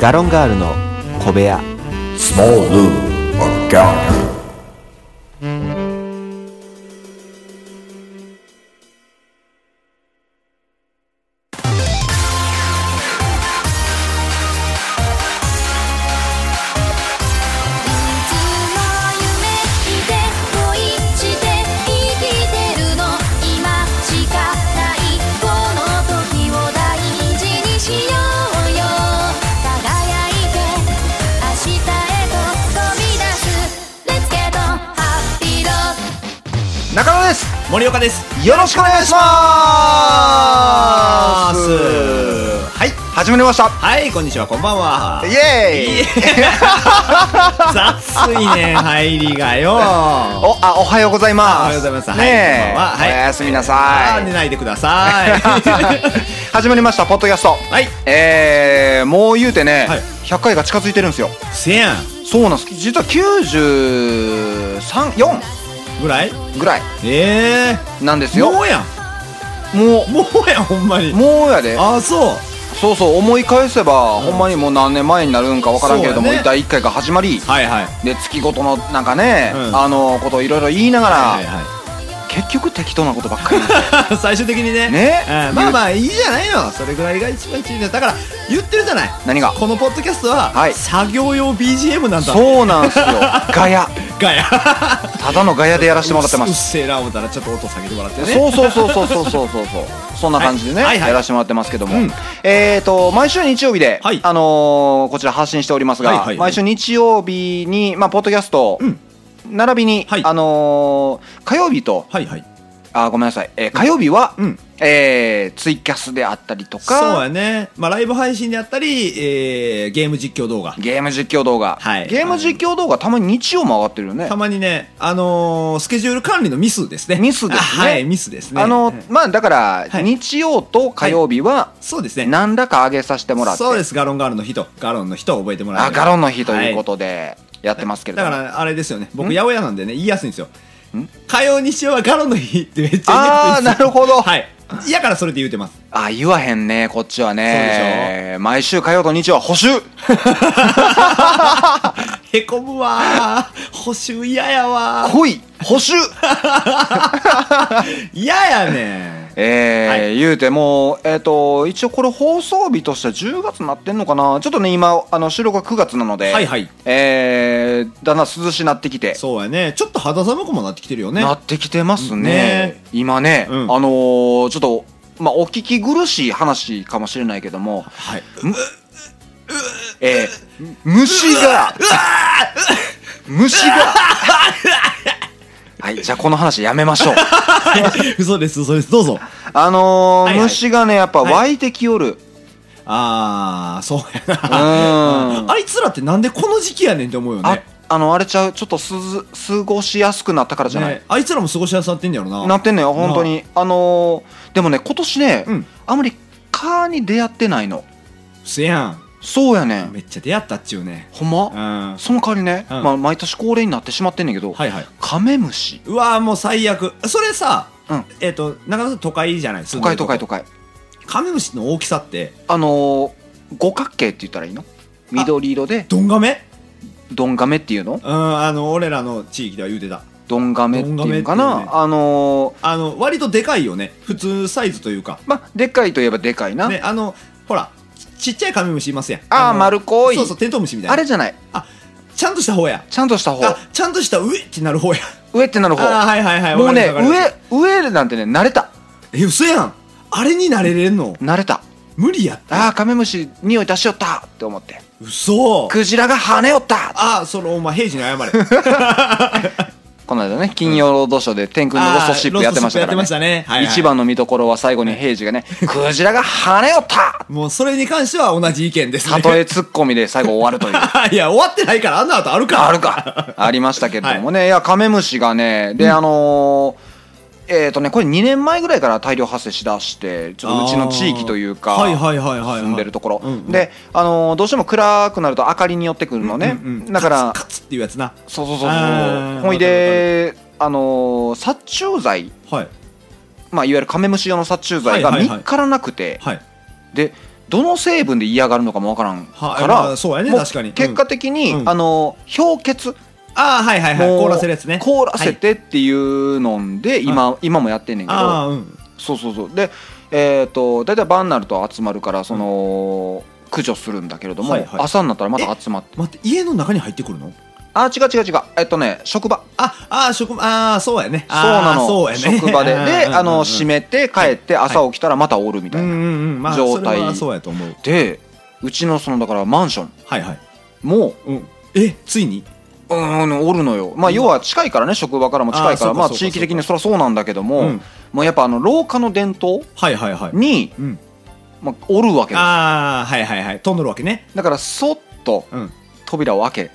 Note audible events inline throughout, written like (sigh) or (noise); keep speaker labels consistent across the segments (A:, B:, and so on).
A: ガロンガールの小部屋
B: Small Lou or Gallu.
C: いつも夢見て恋して生きてるの今しかないこの時を大事にしようよ輝いて明日へと飛び出す Let's get on happy road
A: 中野です
D: 森岡です。
A: よろしくお願いしま
D: は
A: す
D: い。
A: 始まりました
D: はい、こんにちは、こんばんは。
A: イエーイ
D: 雑いね、入りがよ。お
A: おあおはようございます
D: おはようございます。はい、
A: ねえ、
D: こんばんは。はい。
A: おやすみな
D: あ
A: さ
D: ー寝
A: い
D: ないでくださ
A: (laughs)
D: い。 (laughs)
A: 始まりましたポッドキャスト
D: はい。
A: えー、もう言うてね、
D: はい
A: 100回が近づいてるんですよ
D: せやん
A: そうなんです実は934
D: ぐらい
A: ぐらい
D: え
A: なんです
D: え
A: よ
D: もうやん。
A: も
D: もうやん、ほんま
A: う
D: に。
A: もうやで
D: あー、そう。
A: そうそう思い返せば、ほんまにもう何年前になるんか分からんけれども、
D: そうやね
A: 第1回が始まり
D: はいはい。
A: で月ごとのなんかね、
D: うん
A: あのことをいろいろ言いながら、
D: はい (laughs) は
A: 結局適当なことばっか
D: (laughs)
A: り
D: い。最終的にね。
A: ね
D: うんまあまあ、いいじゃないの。それぐらいが一番一番だ。だから、言ってるじゃない。
A: 何が
D: このポッドキャストは、
A: はい
D: 作業用 BGM なんだ。
A: そうなんすよ (laughs) ガヤ
D: ガヤ。
A: ただのガヤでやらせてもらってま
D: (laughs) うっ
A: す
D: せえな思ったらちょっと音下げてもらってね
A: そうそうそうそうそうそうそうそう (laughs) そんな感じでね、
D: はいはいはい
A: やらせてもらってますけども、
D: うん
A: えっ、ー、と毎週日曜日で、
D: はい
A: あのーこちら発信しておりますが、
D: はいはいはい
A: 毎週日曜日にまあポッドキャスト、
D: うん
A: 並びに、
D: はい
A: あのー火曜日と
D: はいはい
A: あごめんなさい、えー火曜日は、
D: うん
A: えーツイキャスであったりと
D: そう
A: か
D: やねまあライブ配信であったり、えーゲーム実況動画
A: ゲーム実況動画、
D: はい
A: ゲーム実況動画たまに日曜も上がってるよね
D: たまにねあのースケジュール管理のミスですね
A: ミスですね
D: あはいミスですね
A: あの
D: うん
A: まあだから、
D: はい
A: 日曜と火曜日は
D: そうですね
A: 何らか上げさせてもらって、
D: そうですガロンガールの日とガロンの日と覚えてもらえ
A: あ
D: れば
A: ガロンの日というこ
D: は
A: とでやってますけ
D: い
A: れ
D: だ
A: ども、
D: からあれですよね僕八百屋なんでね言いやすいんですよ
A: ん
D: 火曜日曜はガロンの日ってめっちゃ言いにくいんですよ
A: あ
D: (laughs)
A: あーなるほど、
D: はい嫌からそれで言うてます
A: あ言わへんねこっちはね毎週火曜と日曜は補修
D: へこむわー補修嫌やわー
A: 来い補
D: (laughs)
A: 修
D: 嫌やね
A: えー
D: は
A: 言うてもうえっ、と一応これ放送日としては10月になってんのかなちょっとね今あの収録が9月なので、
D: はいはい
A: えーだんだん涼しなってきて
D: そうやねちょっと肌寒くもなってきてるよね
A: なってきてますね。
D: ね
A: 今ね、
D: うん
A: あのーちょっと、まあ、お聞き苦しい話かもしれないけども、
D: はい
A: えー虫が、虫が、はい、じゃあこの話やめまし
D: (laughs)
A: ょう。
D: 嘘です嘘ですどうぞ
A: あのー
D: はいはい
A: 虫がね、やっぱ
D: はい
A: 湧いてきよる。
D: ああそうや
A: うーん
D: なあいつらってなんでこの時期やねんって思うよね
A: あ、あの、あれちゃう、ちょっとすず過ごしやすくなったからじゃない。
D: ねあいつらも過ごしやすなってんやろな
A: なってんのよ、本当に。あのーでもね、今年ね、
D: うん
A: あんまり蚊に出会ってないの。
D: せや
A: そうやね
D: ん
A: ん。
D: めっちゃ出会ったっちゅうね
A: ほんま、
D: うんは
A: その代わりね、
D: うん
A: まあ、毎年恒例になってしまってんねんけど、
D: いはいう
A: カメムシ
D: うわーもう最悪それさ
A: うん
D: えっとなかなか都会じゃない
A: 都会都会
D: と
A: 都会
D: カメムシの大きさって
A: あのー五角形って言ったらいいの緑色で
D: ドンガメ
A: ドンガメっていうの
D: うんあの俺らの地域では言うてた
A: ドンガメっていうのか
D: ドン
A: な、
D: ガメっていうね
A: あのー
D: あの割とでかいよね普通サイズというか
A: まあでっかいといえばでかいな、
D: ねあのほらちちっちゃいカメムシいますやん
A: ああ
D: の
A: 丸っこい
D: そうそうテントウムシみたいな
A: あれじゃない
D: ちゃんとした方や
A: ちゃんとした方
D: あちゃんとした上ってなる方や
A: 上ってなる
D: あー
A: 方
D: はいはいはい
A: もうね
D: わかりますわか
A: 上上なんてね慣れた
D: りますえ嘘やんあれになれれんの
A: 慣れた
D: 無理やって
A: ああカメムシ匂い出しよったって思って
D: 嘘
A: クジラが跳ねよった
D: あそのお前平時
A: (laughs)
D: に謝れ
A: この間ね金曜ロードショーで天空のロストシップやってましたから、ね、
D: ロストシップやってましたねはいはい
A: 一番の見どころは最後に平次がね「クジラが跳ねよった!
D: もうそれに関しては同じ意見で」すね
A: たとえツッコミで最後終わるという
D: (laughs) いや終わってないからあんな後 (laughs) あるか
A: あるかありましたけれどもね、い、やカメムシがねで、あのーえっ、とねこれ2年前ぐらいから大量発生しだしてちょっとうちの地域というか、
D: はいはいはいはいはい
A: 住んでるところ、
D: うんうん
A: で、あのーどうしても暗くなると明かりに寄ってくるのね、
D: うんうん
A: だから
D: カツカツっていうやつな
A: そうそうそうそ
D: あ
A: う
D: ー
A: ほいであのー殺虫剤
D: はい
A: まあ、いわゆるカメムシ用の殺虫剤が
D: はいはい
A: 見
D: はい
A: っからなくて、
D: はい
A: でどの成分で嫌がるのかもわからんか
D: はい
A: ら、
D: まあそうやね
A: も
D: 確かにうん
A: 結果的に、
D: うん
A: あの氷結
D: ああはいはいはい
A: もう
D: 凍らせるやつね
A: 凍らせてっていうので、今今もやってんねんけど
D: ああうん
A: そうそうそうでえっ、と大体晩になると集まるからその、駆除するんだけれども、
D: はいはい
A: 朝になったらまた集まって
D: 待って家の中に入ってくるの
A: あ違う違う違うえっとね職場
D: ああー職場ああそうやね
A: そうな
D: (laughs) あー
A: の
D: そうやね
A: 職場で
D: うんうん
A: で
D: うん
A: あの閉めて帰って朝起きたらまたおるみ
D: う
A: たい
D: ん
A: な、
D: うんうんまあ
A: 状態
D: それはそうやと思う
A: でうちのそのだからマンション
D: はいはい
A: も
D: うんえついに
A: うーんおるのよまあ要は近いからね職場からも近いから
D: あーそうか
A: まあ
D: そうか
A: 地域的にそりゃそうなんだけども、
D: うん
A: もうやっぱあの廊下の伝統
D: はいはいはい
A: に、
D: うん
A: まあ、おるわけです
D: ああはいはいはい飛んどるわけね
A: だからそっと
D: うんうん
A: 扉を開け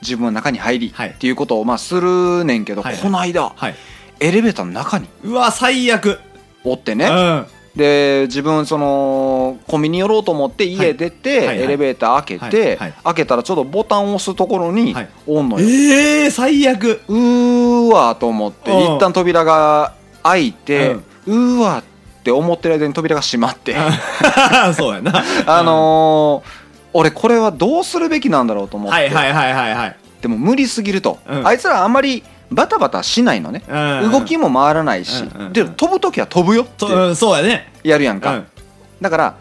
A: 自分は中に入り、
D: はい
A: っていうことをまあするねんけど、
D: はいはい
A: この間
D: はい
A: エレベーターの中に
D: うわ最悪
A: おって
D: う
A: ね、
D: ん
A: で自分そのコンビニ寄ろうと思って家出て、
D: はいはいはい
A: エレベーター開けて、
D: はいはい
A: 開けたらちょっとボタンを押すところに
D: はい
A: おんのよ、
D: ええ最悪
A: うーわーと思って
D: うん
A: 一旦扉が開いて、うーわーって思ってる間に扉が閉まって、
D: (laughs) そうやな
A: (laughs) あのー俺これはどうするべきなんだろうと思って、
D: はいはいはいはいはい
A: でも無理すぎると、
D: うん
A: あいつらあんまりバタバタしないのね、
D: うん
A: 動きも回らないし、
D: うんうんうん
A: で飛ぶ時は飛ぶよって
D: とうんそうやね
A: やるやん
D: う
A: か、
D: ん
A: だから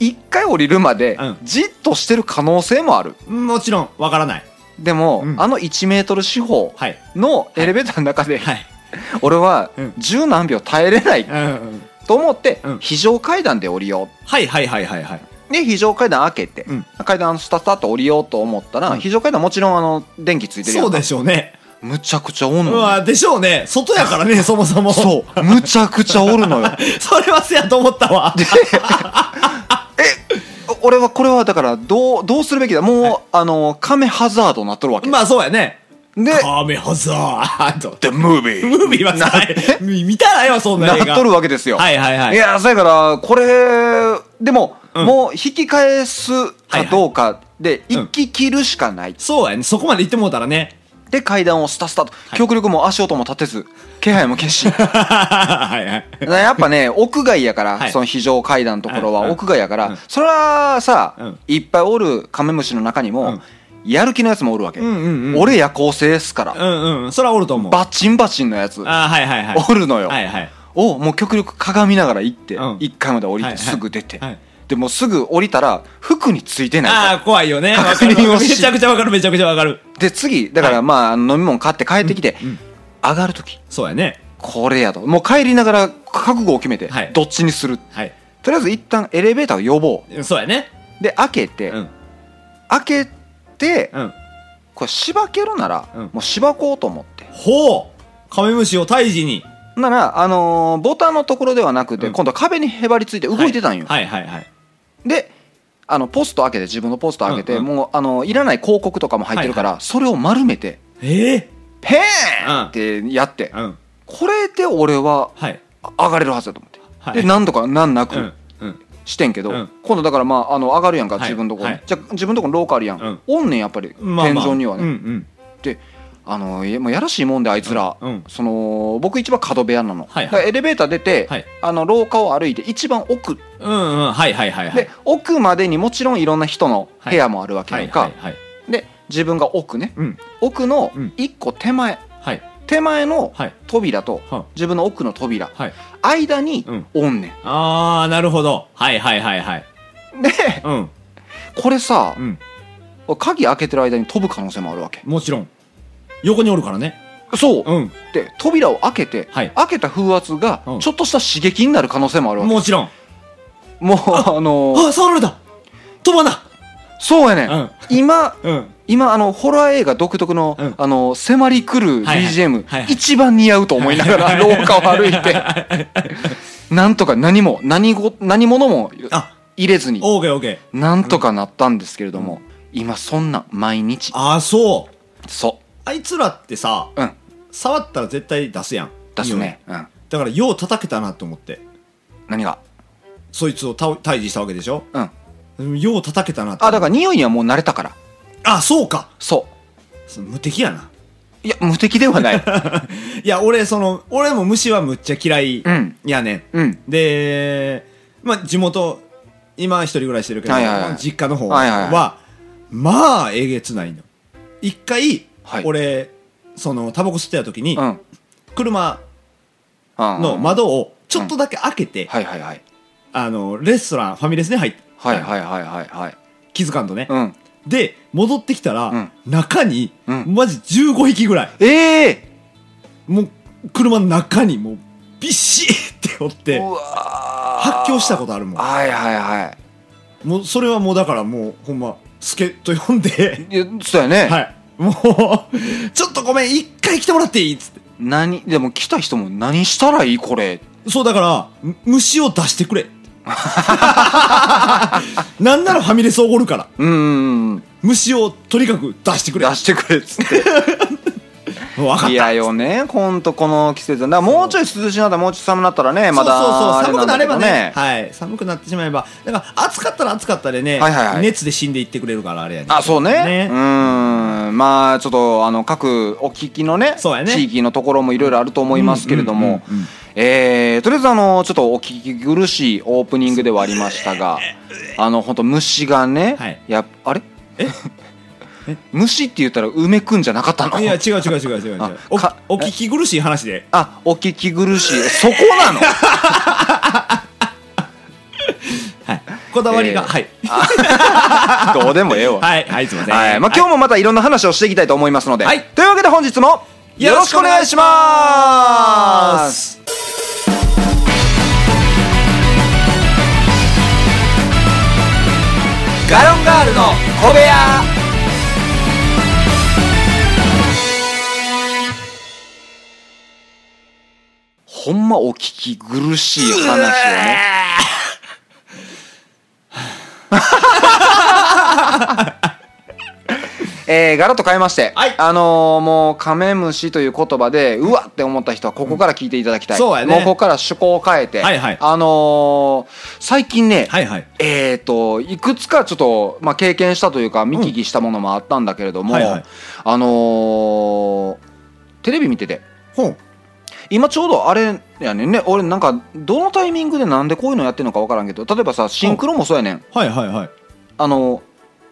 A: 一回降りるまで
D: うん
A: じっとしてる可能性もある
D: もちろんわからない
A: でも、
D: うん
A: あの1メートル四方
D: はい
A: のエレベーターの中で、
D: はい
A: 俺は
D: うん
A: 十何秒耐えれない
D: うん
A: と思って、
D: うん
A: 非常階段で降りよ
D: はいはいはいはいはいう
A: で非常階段開けて、
D: うん
A: 階段スタスタっと降りようと思ったら、
D: うん
A: 非常階段もちろんあの電気ついてるやん
D: そうでしょうね
A: むちゃくちゃおん
D: う
A: のよ
D: わでしょうね外やから (laughs) ねそもそも
A: そうむちゃくちゃおるの
D: (laughs)
A: よ
D: それはせやと思った (laughs) わ
A: お俺はこれはだからどうどうするべきだもう、あのカメハザードになっとるわけ、
D: まあそうやね (laughs)
A: で
D: カメハザード
A: The movie
D: ムービーはさ見見たないわそんな
A: な
D: 映画
A: っとるわけですよ、
D: はいはいはい
A: いやそやからこれでも、
D: うん
A: もう引き返すかどうかで
D: いはい
A: 一気切るしかない、
D: そうやねそこまで行ってもうたらね
A: で階段をスタスタと、
D: い
A: 極力もう足音も立てず気配も消
D: (laughs)
A: し
D: (laughs) はいはい
A: やっぱね屋外やから、
D: はい
A: その非常階段のところ
D: うん
A: は
D: うん
A: 屋外やから、
D: うん
A: それはさ、
D: うん
A: いっぱいおるカメムシの中にも、
D: うん
A: やる気のやつもおるわけ、
D: うんうんうん
A: 俺夜行性ですから、
D: うんうんそれはおると思う
A: バチンバチンのやつ
D: あーはいはいはい
A: おるのよ、
D: はいはい
A: をもう極力鏡見ながら行って、一
D: うん
A: 1階まで降り
D: はい
A: て
D: はい
A: すぐ出て、
D: はい
A: でもうすぐ降りたら服についてないから
D: ああ怖いよねわ
A: 確
D: か
A: 認を
D: る
A: し
D: めちゃくちゃわかるめちゃくちゃわかる
A: で次だか
D: は
A: らまあ、飲み物買って帰ってきて、
D: うん
A: 上がる時
D: そうやね
A: これやともう帰りながら覚悟を決めて、
D: はい
A: どっちにする
D: はい
A: とりあえず一旦エレベーターを呼ぼ
D: そうやね
A: うで開けて、
D: うん
A: 開けて
D: うん
A: これしばけるなら、
D: うん
A: もうしばこうと思って
D: ほうカメムシを退治に
A: なら、あのーボタンのところではなくて、
D: うん
A: 今度は壁にへばりついて動いてたんよ、
D: はいはいはいはい
A: であのポスト開けて自分のポスト開けて、
D: うんうん
A: もうあのいらない広告とかも入ってるから、それを丸めて
D: ええ
A: ペーンってやって、
D: うん
A: これで俺は
D: はい
A: 上がれるはずだと思って、
D: はい
A: で何度か難な
D: うん
A: く
D: うん
A: してんけど、
D: うん
A: 今度だからまああの上がるやんか、
D: はい
A: 自分のところに、
D: はい
A: じゃあ自分のところに廊下あるやん、
D: うん
A: おんねんやっぱり、
D: まあまあ
A: 天井にはね、
D: うんうん
A: であのいやもうやらしいもんであいつら、
D: うんうん
A: その僕一番角部屋なの、
D: はいはい
A: だからエレベーター出て、
D: はい
A: あの廊下を歩いて一番奥
D: うんうんはいはいはいはい
A: で奥までにもちろんいろんな人の部屋もあるわけ
D: は
A: や
D: い
A: んか、
D: はいはい
A: で自分が奥ね
D: うん
A: 奥の
D: うん
A: 一個手前
D: はい
A: 手前の
D: はい
A: 扉と
D: は
A: 自分の奥の扉
D: はい
A: 間に
D: うん
A: おんね
D: ああなるほどはいはいはいはい
A: んで
D: うん
A: これさ
D: うん
A: 鍵開けてる間に飛ぶ可能性もあるわけ
D: もちろん横におるからね
A: そう
D: うん
A: で扉を開けて
D: はい
A: 開けた風圧が
D: うん
A: ちょっとした刺激になる可能性もあるわけ
D: もちろん
A: もうあのー
D: あ触られた飛ばな
A: そうやねん
D: う
A: 今
D: うん
A: 今あのホラー映画独特の
D: うん
A: あの迫り来る
D: はいはいはい
A: BGM
D: はい
A: 一番似合うと思いながら廊下を歩いて
D: (laughs)
A: なんとか何も何ご何物も
D: あ
A: 入れずに
D: オーケーオーケー
A: なんとかなったんですけれども、今そんな毎日
D: ああそう
A: そ
D: あいつらってさ
A: ううん
D: 触ったら絶対出すやん
A: 出す
D: 匂
A: ね
D: い
A: うん
D: だからよう叩けたなと思って
A: 何が
D: そいつをた退治したわけでしょ
A: うん
D: うんよう叩けたなって
A: あだから匂いにはもう慣れたから
D: あそうか
A: そ
D: そ無敵やな
A: ういや無敵では
D: (laughs)
A: ない
D: いや俺その俺も虫はむっちゃ嫌い
A: うん
D: やねん
A: うん
D: でまあ地元今一人暮らししてるけど、
A: はいはいはい
D: 実家の方は、
A: はいはいは
D: まあえげつないの一回、
A: はい
D: 俺そのタバコ吸ってた時に、
A: うんうん
D: 車の
A: はい
D: 窓をちょっとだけ開けて、
A: はいはいはい
D: あのレストランファミレスに入って、
A: はいはいはいはい
D: 気づかんとね、
A: うん
D: で戻ってきたら、
A: うん
D: 中に、
A: うん
D: マジ15匹ぐらい
A: ええ
D: もう車の中にもうビシーっておって
A: うわー
D: 発狂したことあるもん
A: はいはいは
D: もうそれはもうだからもうほんま助っ人呼んで
A: いいやそうやね、
D: はいもうちょっとごめん一回来てもらっていいっつって
A: 何でも来た人も何したらいいこれ
D: そうだからむ虫を出し
A: (laughs)
D: てくれなんならファミレスおごるから
A: うんうんうん
D: 虫をとにかく出してく
A: 出
D: れ
A: してくれっつって
D: 分かった
A: いやよねほんとこの季節だからもうちょい涼しいなったらもうちょい寒なったらねまだ
D: そうそうそう寒くなればね
A: あ
D: はい、寒くなってしまえばだから暑かったら暑かったでね、
A: はいはいはい
D: 熱で死んでいってくれるからあれやね
A: あそうね
D: ね
A: うーんまあちょっとあの各お聞きのね
D: そうやね
A: 地域のところもいろいろあると思いますけれどもえーとりあえずあのちょっとお聞き苦しいオープニングではありましたがあの本当虫がね、
D: はい
A: やあれ
D: え
A: (laughs) 虫って言ったら梅くんじゃなかったの
D: いや違う違う違う違う違
A: あ
D: うお
A: か
D: お聞き苦しい話で
A: あお聞き苦しいそこなの
D: はいこだわりが、
A: えー
D: はい (laughs)
A: どうでもええわ。
D: はいはいすいません
A: はい。まあ、今日もまたいろんな話をしていきたいと思いますので。
D: はい
A: というわけで本日も、よろしくお願いします
D: す
A: ガロンガールの小部屋ほんまお聞き苦しい話をね。えー、ガラッと変えまして、
D: はい
A: あのーもうカメムシという言葉でうわって思った人はここから聞いていただきたい、
D: うんそうやね
A: もうここから趣向を変えて、
D: はいはい
A: あのー最近ね、
D: はいはい
A: えー、といくつかちょっと、まあ、経験したというか見聞きしたものもあったんだけれども、
D: はいはい
A: あのーテレビ見てて
D: ほう
A: 今ちょうどあれやねんね俺なんかどのタイミングでなんでこういうのやってんのか分からんけど例えばさシンクロもそうやねん
D: はいはいはい
A: あの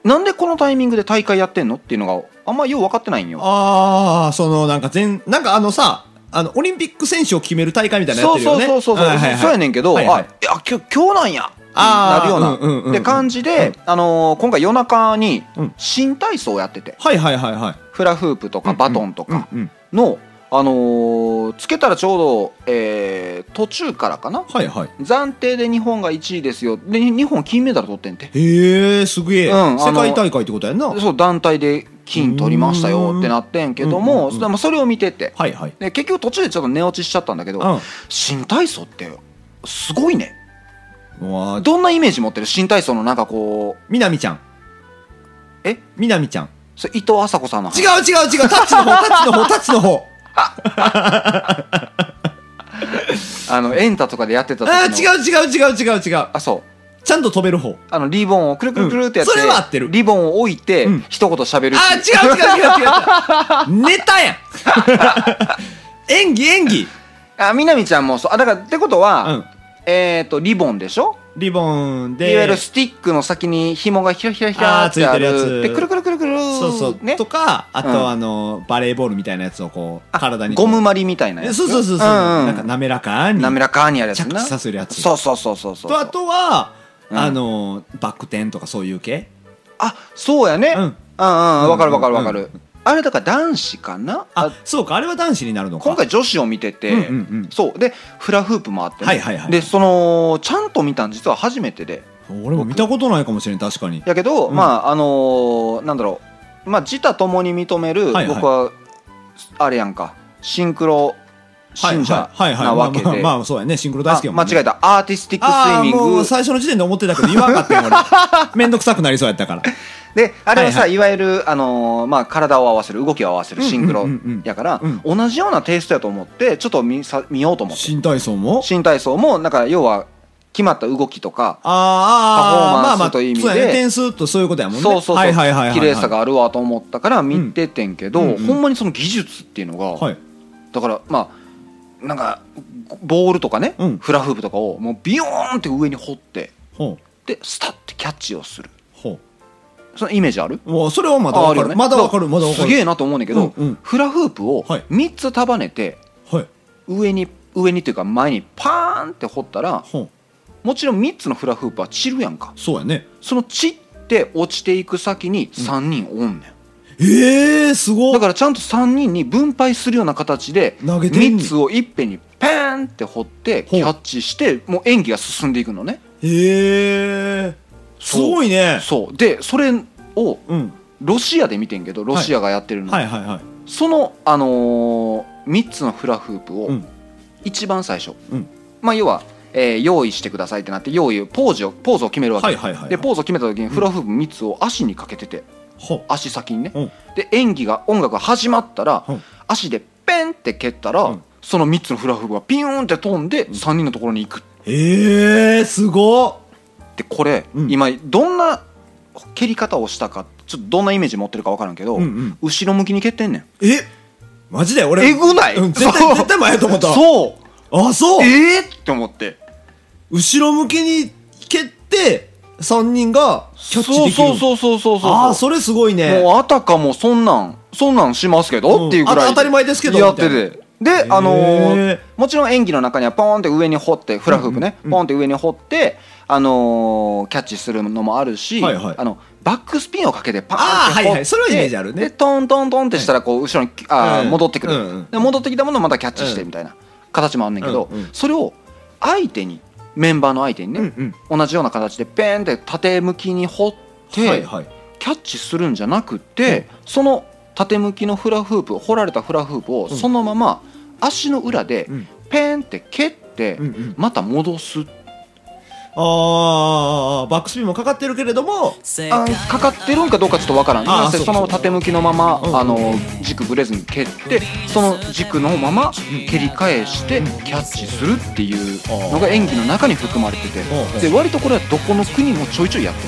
A: なんでこのタイミングで大会やってんのっていうのがあんまよう分かってないんよ。
D: ああそのなんか全なんかあのさあのオリンピック選手を決める大会みたいなのや
A: そ
D: っ
A: う
D: てるよ
A: そうそうそ
D: ね
A: うそう、
D: はいはいはい
A: そうやねんけど、
D: はいは
A: あ
D: い
A: いや今日今日なんや
D: あ
A: な
D: ー
A: るような、
D: うんうんうんうん
A: って感じで、あのー今回夜中に
D: うん
A: 新体操やってて、
D: はいはいはいはい
A: フラフープとかバトンとか
D: うんうん
A: の、あのーつけたらちょうど、えー途中からかな
D: はいはい
A: 暫定で日本が1位ですよで日本金メダル取ってんて
D: へえすげえ、
A: うんあの
D: 世界大会ってことやんなはい
A: そう団体で金取りましたよってなってんけど
D: うんうんうん
A: も
D: うん
A: それまあそれを見てて
D: はい
A: で結局途中でちょっと寝落ちしちゃったんだけど、
D: うん
A: 新体操ってすごいね
D: うわー
A: どんなイメージ持ってる新体操のなんかこう
D: みなみちゃん
A: え
D: みなみちゃん
A: それ伊藤麻子さんの話
D: 違う違う違うタッ
A: (laughs)
D: チの方タッチの方タッチの方
A: あのエンタとかでやってた時の
D: あー違う違う違う違う違う
A: あそう
D: ちゃんと飛べる方
A: あのリボンをくるくるくるってやって、
D: うんそれは合ってる
A: リボンを置いて、
D: うん
A: 一言喋るってい
D: あー違う違う違う違う違うネタやん (laughs) 演技演技
A: (laughs) あみなみちゃんもそうあだからってことは、
D: うん
A: えっ、とリボンでしょ
D: リボン
A: い
D: で
A: わゆるスティックの先に紐がひらひらひら
D: あー
A: ってある
D: ついてるやつ
A: でくるくるくるくるー
D: そうそう、
A: ね
D: とかあと、
A: うん
D: あのバレーボールみたいなやつをこう体にこう
A: ゴムまりみたいなやつ
D: そうそうそうそう、
A: んうん
D: なんか滑らかに
A: 滑らかにやるやつ
D: 着地させるやつ
A: そうそうそうそうそう
D: とあとは、
A: うん
D: あのバック転とかそういう系
A: あそうやね
D: うん
A: うんうんうんわかるわかるわか
D: う
A: るあれだから男子かな
D: あ
A: あ
D: そうかあれは男子になるのか
A: 今回女子を見てて、
D: うんうんうん
A: そうでフラフープもあってね、
D: はいはいはい
A: でそのちゃんと見たん実は初めてで
D: 俺も見たことないかもしれん確かに
A: やけど、
D: うん
A: まああのーなんだろうまあ自他ともに認める、
D: はいはい
A: 僕はあれやんかシンクロ信者
D: はいはいはい
A: な
D: はい
A: わけで、
D: まあまあ、まあ、そうやねシンクロ大好きや
A: あ
D: も
A: 間
D: ん、ね、
A: 違えたアーティスティック
D: あ
A: スイ
D: ー
A: ミン
D: も
A: グ
D: う最初の時点で思ってた
A: (laughs)
D: けど言わんかったよ俺めんどくさくなりそうやったから
A: であれはさ、
D: はい
A: わゆる、あのーまあ、体を合わせる動きを合わせるシンクロやから、
D: うんうん
A: 同じようなテイストやと思ってちょっと見さ見ようと思って
D: 新体操も
A: 新体操もだから要は決まった動きとか、
D: あーあー
A: パフォーマンスという意味で
D: まあまあそうやね、点数とそういうことやもんね
A: そうそう
D: は
A: そ
D: いはいはいは
A: う
D: い
A: 綺麗さがあるわと思ったから見ててんけど、
D: うんうんうん
A: ほんまにその技術っていうのが、
D: はい
A: だからまあなんかボールとかね、
D: うん
A: フラフープとかをもうビヨーンって上に掘って
D: ほう
A: でスタッてキャッチをする
D: ほ
A: そのイメージある
D: うもうそれはまだわかるまだわかるまだわか
A: す
D: る
A: げえなと思うねんだけど、
D: うんうん
A: フラフープを
D: はい
A: 3つ束ねて
D: はい
A: 上に上にというか前にパーンって掘ったら
D: ほう
A: もちろん3つのフラフープは散るやんか
D: そうやね
A: その散って落ちていく先に3人おんねん、
D: ええすご
A: だからちゃんと3人に分配するような形で
D: 投げてんねん
A: 3つをいっぺんにペーンって掘って
D: ほう
A: キャッチしてもう演技が進んでいくのね
D: ええすごいね
A: そうでそれを
D: うん
A: ロシアで見てんけどロシアがやってるの、
D: はいはいはい
A: その、あの3つのフラフープを
D: うん
A: 一番最初、
D: うん
A: まあ、要は、えー用意してくださいってなって用意ポーズをポーズを決めるわけ、
D: はいはいはいはい
A: でポーズを決めた時にフラフープ3つを足にかけてて
D: ほう
A: 足先にね、
D: うん
A: で演技が音楽が始まったら、
D: うん
A: 足でペンって蹴ったら、
D: うん
A: その3つのフラフープがピューンって飛んで3人のところに行く
D: ええすご
A: でこれ、
D: うん
A: 今どんな蹴り方をしたかちょっとどんなイメージ持ってるか分からんけど、
D: うんうん
A: 後ろ向きに蹴ってんねん
D: えマジで俺
A: えぐない、
D: うん絶
A: (laughs)
D: 対
A: そう
D: 絶対前やと思った
A: そう
D: あそう
A: えー、って思って
D: 後ろ向きに蹴って3人がキャッチできる
A: そうそうそうそうそうそう
D: ああそれすごいね
A: もうあたかもそんなんそんなんしますけど、
D: うん
A: っていうぐらい
D: あ当たり前ですけど
A: やっててで
D: いな
A: あのー
D: へー
A: もちろん演技の中にはポーンって上に掘ってフラフープね、
D: うんう
A: ポ
D: んうん
A: ーンって上に掘ってあのーキャッチするのもあるし、
D: はいはい
A: あのバックスピンをかけてパーンって掘って
D: あーはいはいそれはイメージあるね
A: でトントントンってしたらこう後ろにあー、
D: うん
A: 戻ってくる、
D: うんうん
A: で戻ってきたものをまたキャッチして
D: うん
A: みたいな形もあんねんけど、
D: うんうん
A: それを相手にメンバーの相手にね、
D: うん
A: 同じような形でペーンって縦向きに掘って、
D: はいはい
A: キャッチするんじゃなくて、その縦向きのフラフープ掘られたフラフープを
D: うん
A: そのまま足の裏で
D: うん
A: ペンって蹴って
D: うんうん
A: また戻す、
D: ああバックスピンもかかってるけれども
A: あーかかってるんかどうかちょっとわからん
D: あー
A: なんせ
D: そう
A: その縦向きのまま、
D: うん
A: あの軸ぶれずに蹴ってその軸のまま蹴り返してキャッチするっていうのが演技の中に含まれてて
D: うん
A: で割とこれはどこの国もちょいちょいやって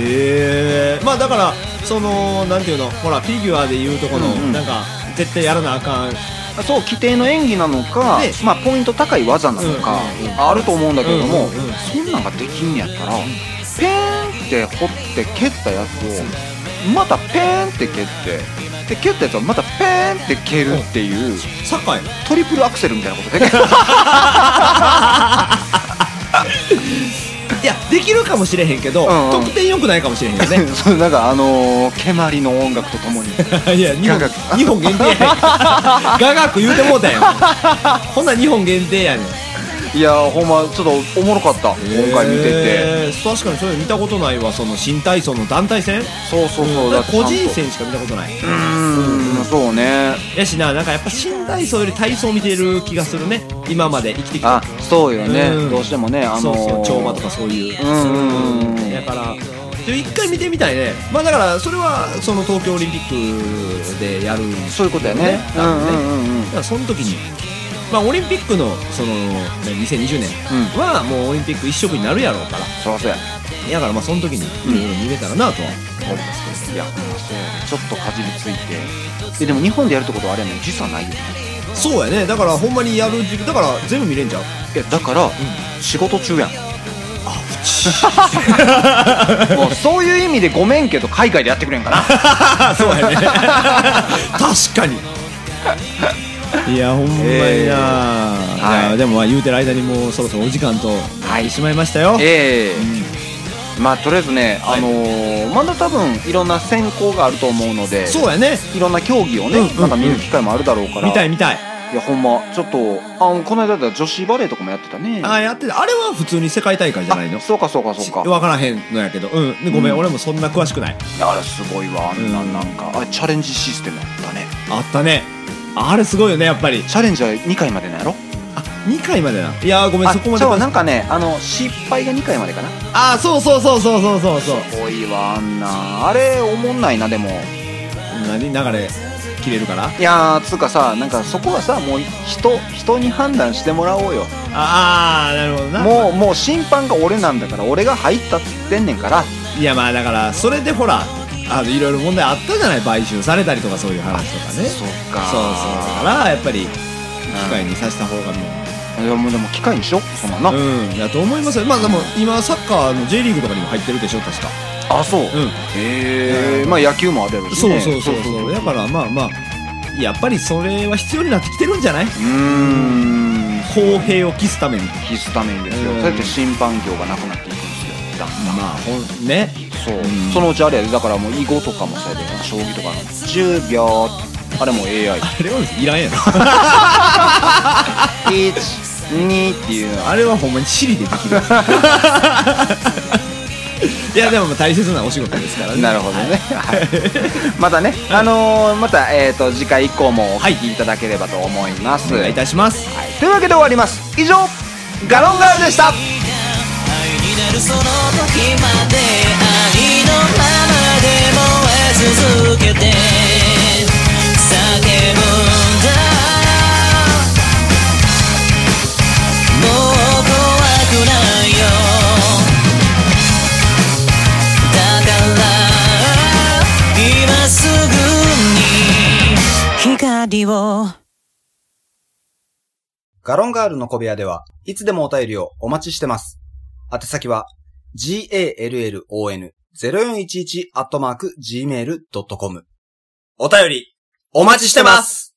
A: る
D: へえまあだからそのなんていうのほらフィギュアでいうとこの、
A: うんうん
D: なんか絶対やらなあかん
A: そう規定の演技なのか
D: で、
A: まあ、ポイント高い技なのか、
D: うんうんう
A: あると思うんだけれども、
D: うんうんうん
A: そんなんができんねやったらペーンって掘って蹴ったやつをまたペーンって蹴ってで蹴ったやつをまたペーンって蹴るっていう
D: サッカーや
A: トリプルアクセルみたいなことできる
D: いやできるかもしれへんけど、
A: うんうん
D: 得点よくないかもしれへんよ
A: (laughs)
D: (laughs) ね
A: そうなんかあのー、蹴鞠の音楽とともに (laughs)
D: いや日本
A: 雅 (laughs) 楽
D: 日本限定 (laughs) やねん雅楽言うてもうたやんほんなら日本限定やねん
A: いやーほんまちょっとおもろかった今回見てて
D: へー確かにそれ見たことないわその新体操の団体戦
A: そうそうそう
D: だ
A: だ
D: か
A: ってちゃん
D: ら個
A: と
D: 人戦しか見たことないう
A: ーんそうね
D: やしななんかやっぱ新体操より体操見てる気がするね今まで生きてきた
A: あそうよね、
D: うん
A: どうしてもねあ
D: そ
A: の
D: う
A: ー
D: そう跳馬とかそういう
A: うんうんうんうん
D: だからちょ一回見てみたいねまあだからそれはその東京オリンピックでやる
A: そういうことやね
D: 多分ね
A: うんうんうんうん
D: だからその時にまあオリンピックのそのね2020年はもうオリンピック一色になるやろうから
A: そらそうや
D: だからまあその時にいろいろ見れたらなとは思いますけ
A: いやほんまそうやねちょっとかじりついてえでも日本でやるってことはあれやねん時差ないよね
D: どそうやねだからほんまにやる時期だから全部見れんじゃん
A: いやだから、仕事中やん (laughs) あもうそういう意味でごめんけど海外でやってくれんかな
D: あそう (laughs) やね確かにいやほんまにな、
A: えー
D: いや
A: はい
D: でもまあ言うてる間にもうそろそろお時間となってしまいましたよ、
A: (laughs) ええ
D: うん
A: まあとりあえずね、
D: はい
A: あのーまだ多分いろんな選考があると思うので
D: そうやね
A: いろんな競技をね、
D: うんうんうん
A: なんか見る機会もあるだろうから
D: 見たい見たい
A: いやほんまちょっとあこの間だったら女子バレーとかもやってたね
D: ああやってたあれは普通に世界大会じゃないの
A: あそうかそうかそうか
D: 分からへんのやけどうんでごめん、
A: うん
D: 俺もそんな詳しくない
A: いやあれすごいわあんな
D: うん
A: なんか、あれチャレンジシステムやったね
D: あったねあれすごいよねやっぱり
A: チャレンジは2回までなんやろ
D: あ2回までないやーごめん
A: あ
D: そこま
A: ち
D: で
A: ゃうわなんかねあの失敗が2回までかな
D: ああそうそうそうそうそうそうそう
A: すごいわあんなあれおもんないなでも
D: 何流れ切れるから
A: いやーつうかさなんかそこはさもう人人に判断してもらおうよ
D: ああなるほどな
A: もうもう審判が俺なんだから俺が入ったっつってんねんから
D: いやまあだからそれでほらあのいろいろ問題あったじゃない買収されたりとかそういう話とかねそうそう
A: か
D: だからやっぱり機会にさせた方がもう
A: でもでも機械にしようそんなんな、
D: うんやと思いますよまあでも今サッカーの J リーグとかにも入ってるでしょ確か
A: あそう、
D: うん
A: へえまあ野球もあれるし、
D: そう
A: ね、
D: そうそうそうだからまあまあやっぱりそれは必要になってきてるんじゃないう
A: ーん
D: 公平を期すために
A: 必須ためにですよ、
D: うん
A: そうやって審判業がなくなっていくんですよだんだん
D: まあほんね
A: そう、そのうちあれやでだからもう囲碁とかもそうやで将棋とかの10秒あれも (laughs) AI
D: あれはいらんやろ
A: 12っていうのは
D: あれはほんまにシリでできる (laughs) いやでもまあ大切なお仕事ですからね
A: なるほどね、はい、またね、あのーまた、えー、と次回以降もお聞きいただければと思います、
D: お願いいたします
A: はいというわけで終わります以上ガロンガールでした
E: 愛になるその時まで愛のままで燃え続けて叫ぶんだもう怖くないよだから今すぐに光を
F: ガロンガールの小部屋では、いつでもお便りをお待ちしてます。宛先は、gallon0411-gmail.com。お便り、お待ちしてます